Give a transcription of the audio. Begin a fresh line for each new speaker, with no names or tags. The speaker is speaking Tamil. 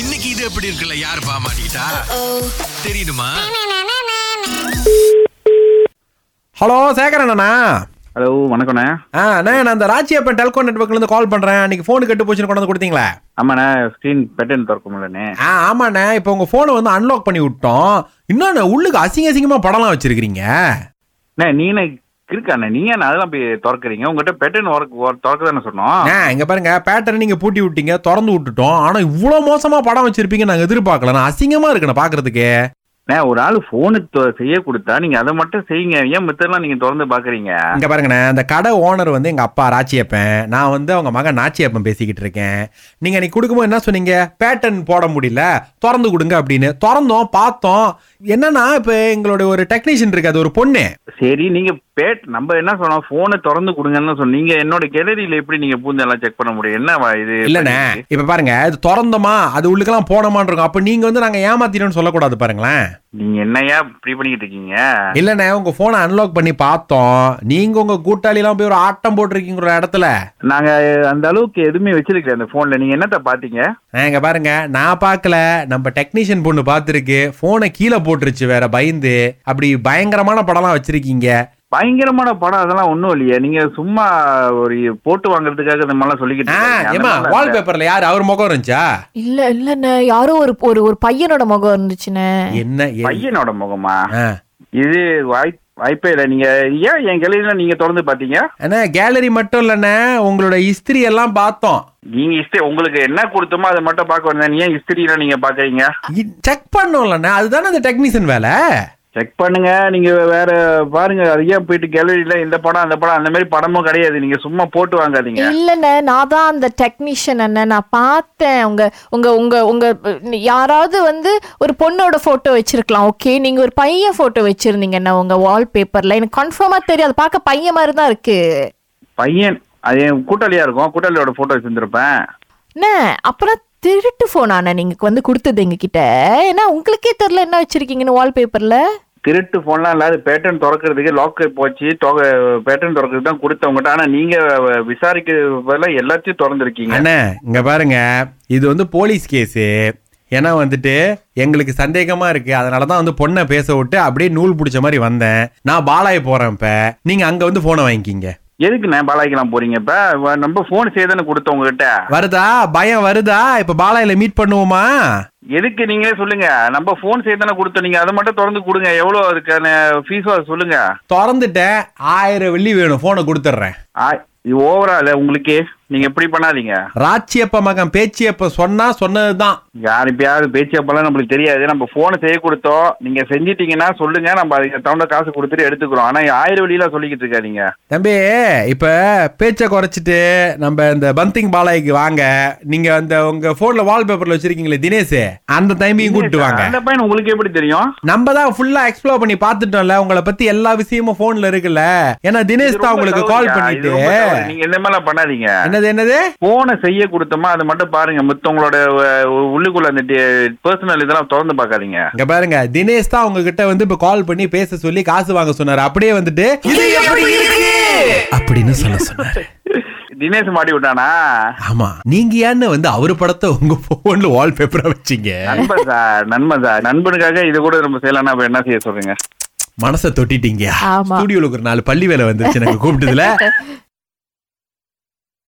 இன்னைக்கு இது எப்படி இருக்குல்ல யார் பாமாட்டா தெரியுமா
ஹலோ சேகரன் அண்ணா
ஹலோ வணக்கண்ணே
ஆ அண்ணா நான் அந்த ராச்சியப்பன் டெல்கோ நெட்ஒர்க்லேருந்து கால் பண்ணுறேன் அன்றைக்கி ஃபோனு கெட்டு போச்சுன்னு கொண்டு வந்து கொடுத்தீங்களே
ஆமாண்ணே ஸ்க்ரீன் பேட்டர்ன் திறக்கும்லண்ணே
ஆ ஆமாண்ணே இப்போ உங்கள் ஃபோனை வந்து அன்லாக் பண்ணி விட்டோம் இன்னொன்று உள்ளுக்கு அசிங்க அசிங்கமாக படம்லாம் வச்சுருக்கிறீங்க
அண்ணே நீனே இருக்காண்ணே நீ ஏன் அதெல்லாம் போய் திறக்கறீங்க உங்ககிட்ட பேட்டர்ன் ஒர்க் திறக்க தானே சொன்னோம்
ஆ இங்கே பாருங்க பேட்டர்ன் நீங்கள் பூட்டி விட்டீங்க திறந்து விட்டுட்டோம் ஆனால் இவ்வளோ மோசமாக படம் வச்சுருப்பீங்க நாங்கள் எதிர்பார்க்கல நான் அசிங்கமாக இருக்கணும் பார்க்குறதுக்கு
அண்ணே ஒரு ஆள் ஃபோனு செய்ய கொடுத்தா நீங்க அதை மட்டும் செய்யுங்க ஏன் மித்தெல்லாம் நீங்க திறந்து பாக்குறீங்க
இங்க பாருங்கண்ணே அந்த கடை ஓனர் வந்து எங்க அப்பா ராச்சியப்பன் நான் வந்து அவங்க மகன் நாச்சியப்பன் பேசிக்கிட்டு இருக்கேன் நீங்க அன்னைக்கு கொடுக்கும்போது என்ன சொன்னீங்க பேட்டர்ன் போட முடியல திறந்து கொடுங்க அப்படின்னு திறந்தோம் பார்த்தோம் என்னன்னா இப்போ எங்களோட ஒரு டெக்னீஷியன் இருக்கு அது ஒரு பொண்ணு
சரி நீங்க பேட் நம்ம என்ன சொன்னோம் போனை திறந்து கொடுங்கன்னு சொன்னோம் நீங்க என்னோட கேலரியில எப்படி நீங்க பூந்து எல்லாம் செக் பண்ண முடியும் என்ன வா இது
இல்லண்ணே இப்ப பாருங்க இது திறந்தோமா அது உள்ளுக்கெல்லாம் போனோமான்னு இருக்கும் அப்ப நீங்க வந்து நாங்க ஏமாத்திட்டோம்னு சொல்லக்கூடாது பாருங்களேன்
நீங்க என்னையா இப்படி பண்ணிக்கிட்டு இருக்கீங்க
இல்லண்ணே உங்க போனை அன்லாக் பண்ணி பார்த்தோம் நீங்க உங்க கூட்டாளி எல்லாம் போய் ஒரு ஆட்டம் போட்டிருக்கீங்க ஒரு இடத்துல
நாங்க அந்த அளவுக்கு எதுவுமே வச்சிருக்கல அந்த போன்ல நீங்க என்னத்த பாத்தீங்க
ஏங்க பாருங்க நான் பார்க்கல நம்ம டெக்னீஷியன் பொண்ணு பார்த்துருக்கு ஃபோனை கீழே போட்டுருச்சு வேற பயந்து அப்படி பயங்கரமான படம்லாம் வச்சிருக்கீங்க
பயங்கரமான படம் அதெல்லாம் ஒண்ணும் இல்லையே நீங்க சும்மா ஒரு போட்டு வாங்குறதுக்காக இந்த மாதிரிலாம்
ஆ
சொல்லிக்கிட்டு
ஏமா
இருக்கீங்க.
வால் பேப்பர்ல யார் அவர் முகம் இருந்துச்சா
இல்ல இல்லண்ணே யாரோ ஒரு ஒரு ஒரு பையனோட முகம் இருந்துச்சுண்ணே
என்ன ஏ-
பையனோட முகமா
ஆ.
இது வாய் வாய்ப்பே இல்லை நீங்க ஏன் என் கிளையில நீங்க தொடர்ந்து பாத்தீங்க
அண்ணா கேலரி மட்டும் இல்லண்ணே உங்களோட ஹிஸ்திரி எல்லாம் பார்த்தோம்
நீங்க இஸ்திரி உங்களுக்கு என்ன கொடுத்தோமோ அதை மட்டும் பார்க்க வந்தேன் ஏன் இஸ்திரியில நீங்க பாக்குறீங்க
செக் பண்ணோம்லண்ணே அதுதானே அந்த டெக்னீஷியன் வேலை
செக் பண்ணுங்க நீங்க வேற பாருங்க அது ஏன் போயிட்டு கேலரியில இந்த படம் அந்த படம் அந்த மாதிரி படமும் கிடையாது நீங்க சும்மா போட்டு வாங்காதீங்க
இல்லண்ணே நான் தான் அந்த டெக்னீஷியன் அண்ணே நான் பார்த்தேன் உங்க உங்க உங்க உங்க யாராவது வந்து ஒரு பொண்ணோட போட்டோ வச்சிருக்கலாம் ஓகே நீங்க ஒரு பையன் போட்டோ வச்சிருந்தீங்கண்ணே உங்க வால் பேப்பர்ல எனக்கு கன்ஃபார்மா தெரியும் அது பார்க்க பையன் மாதிரி தான் இருக்கு
பையன் அது என் கூட்டாளியா இருக்கும் கூட்டாளியோட போட்டோ வச்சிருந்திருப்பேன்
அண்ணே அப்புறம் திருட்டு போனாண்ணே நீங்க வந்து கொடுத்தது எங்ககிட்ட ஏன்னா உங்களுக்கே தெரியல என்ன வச்சிருக்கீங்கன்னு வால் பேப்பர்ல
திருட்டு போன்லாம் இல்லாத பேட்டர்ன் திறக்கிறதுக்கு லாக்கர் போச்சு பேட்டர்ன் திறக்கிறதுக்கு தான் கொடுத்தவங்கட்ட ஆனா நீங்க விசாரிக்க பதிலாக எல்லாத்தையும் திறந்துருக்கீங்க
அண்ணே இங்க பாருங்க இது வந்து போலீஸ் கேஸு ஏன்னா வந்துட்டு எங்களுக்கு சந்தேகமா இருக்கு அதனால தான் வந்து பொண்ணை பேச விட்டு அப்படியே நூல் பிடிச்ச மாதிரி வந்தேன் நான் பாலாய் போறேன் இப்ப நீங்க அங்க வந்து போனை வாங்கிக்கிங்க
எதுக்கு நான் பாலாய்க்கலாம் போறீங்க இப்ப வ- நம்ம போன் செய்தானே கொடுத்தவங்க கிட்ட
வருதா பயம் வருதா இப்ப பாலாயில மீட் பண்ணுவோமா
எதுக்கு நீங்களே சொல்லுங்க நம்ம போன் செய்தானே கொடுத்தோம் நீங்க அதை மட்டும் திறந்து கொடுங்க எவ்வளவு அதுக்கான ஃபீஸோ அதை சொல்லுங்க
திறந்துட்டேன் ஆயிரம் வெள்ளி வேணும் போனை கொடுத்துட்றேன்
ஆ- இது ஓவரா இல்ல உங்களுக்கு நீங்க எப்படி பண்ணாதீங்க
ராச்சியப்ப மகன் பேச்சியப்ப சொன்னா சொன்னதுதான்
யார் இப்பயாவது பேச்சியப்பெல்லாம் நம்மளுக்கு தெரியாது நம்ம போனை செய்ய கொடுத்தோம் நீங்க செஞ்சிட்டீங்கன்னா சொல்லுங்க நம்ம அதுக்கு தகுந்த காசு கொடுத்துட்டு எடுத்துக்கிறோம் ஆனா ஆயிரம் வழியெல்லாம் சொல்லிக்கிட்டு இருக்காதீங்க
தம்பி இப்ப பேச்சை குறைச்சிட்டு நம்ம இந்த பந்திங் பாலாய்க்கு வாங்க நீங்க அந்த உங்க போன்ல வால்பேப்பர்ல வச்சிருக்கீங்களே தினேஷ் அந்த டைமையும் கூப்பிட்டு வாங்க
அந்த பையன் உங்களுக்கு எப்படி தெரியும்
நம்ம தான் ஃபுல்லா எக்ஸ்ப்ளோர் பண்ணி பார்த்துட்டோம்ல உங்களை பத்தி எல்லா விஷயமும் போன்ல இருக்குல்ல ஏன்னா
இது
தினேஷ் தான்
ரொம்ப
உங்களுக்கு
தவறுங்க.
கால்
இது
பண்ணிட்டு
ரொம்ப தவறு. நீங்க இந்த மாதிரிலாம் பண்ணாதீங்க
என்னது என்னது
போனை செய்ய கொடுத்தோமா அதை மட்டும் பாருங்க மத்தவங்களோட அஹ், உள்ளுக்குள்ள அந்த பர்சனல் இதெல்லாம் திறந்து பார்க்காதீங்க
இங்க பாருங்க தினேஷ் தான் உங்ககிட்ட வந்து இப்ப கால் பண்ணி பேச சொல்லி காசு வாங்க சொன்னாரு அப்படியே வந்துட்டு இது எப்படி இருக்கு அப்படின்னு சொல்ல சொன்னாரு
தினேஷ் மாட்டி விட்டானா
ஆமா நீங்க ஏன்னு வந்து அவரு படத்தை உங்க போன்ல வால்பேப்பரா வச்சீங்க
நண்பன் சார் நண்பன் சார் நண்பனுக்காக இது கூட நம்ம செய்யலாம் அப்ப என்ன செய்ய சொல்றீங்க
மனசை தொட்டிட்டீங்க
ஆமா.
ஸ்டுடியோல ஒரு நாலு பள்ளி வேலை வந்துருச்சு எனக்கு கூப்பிட்டதுல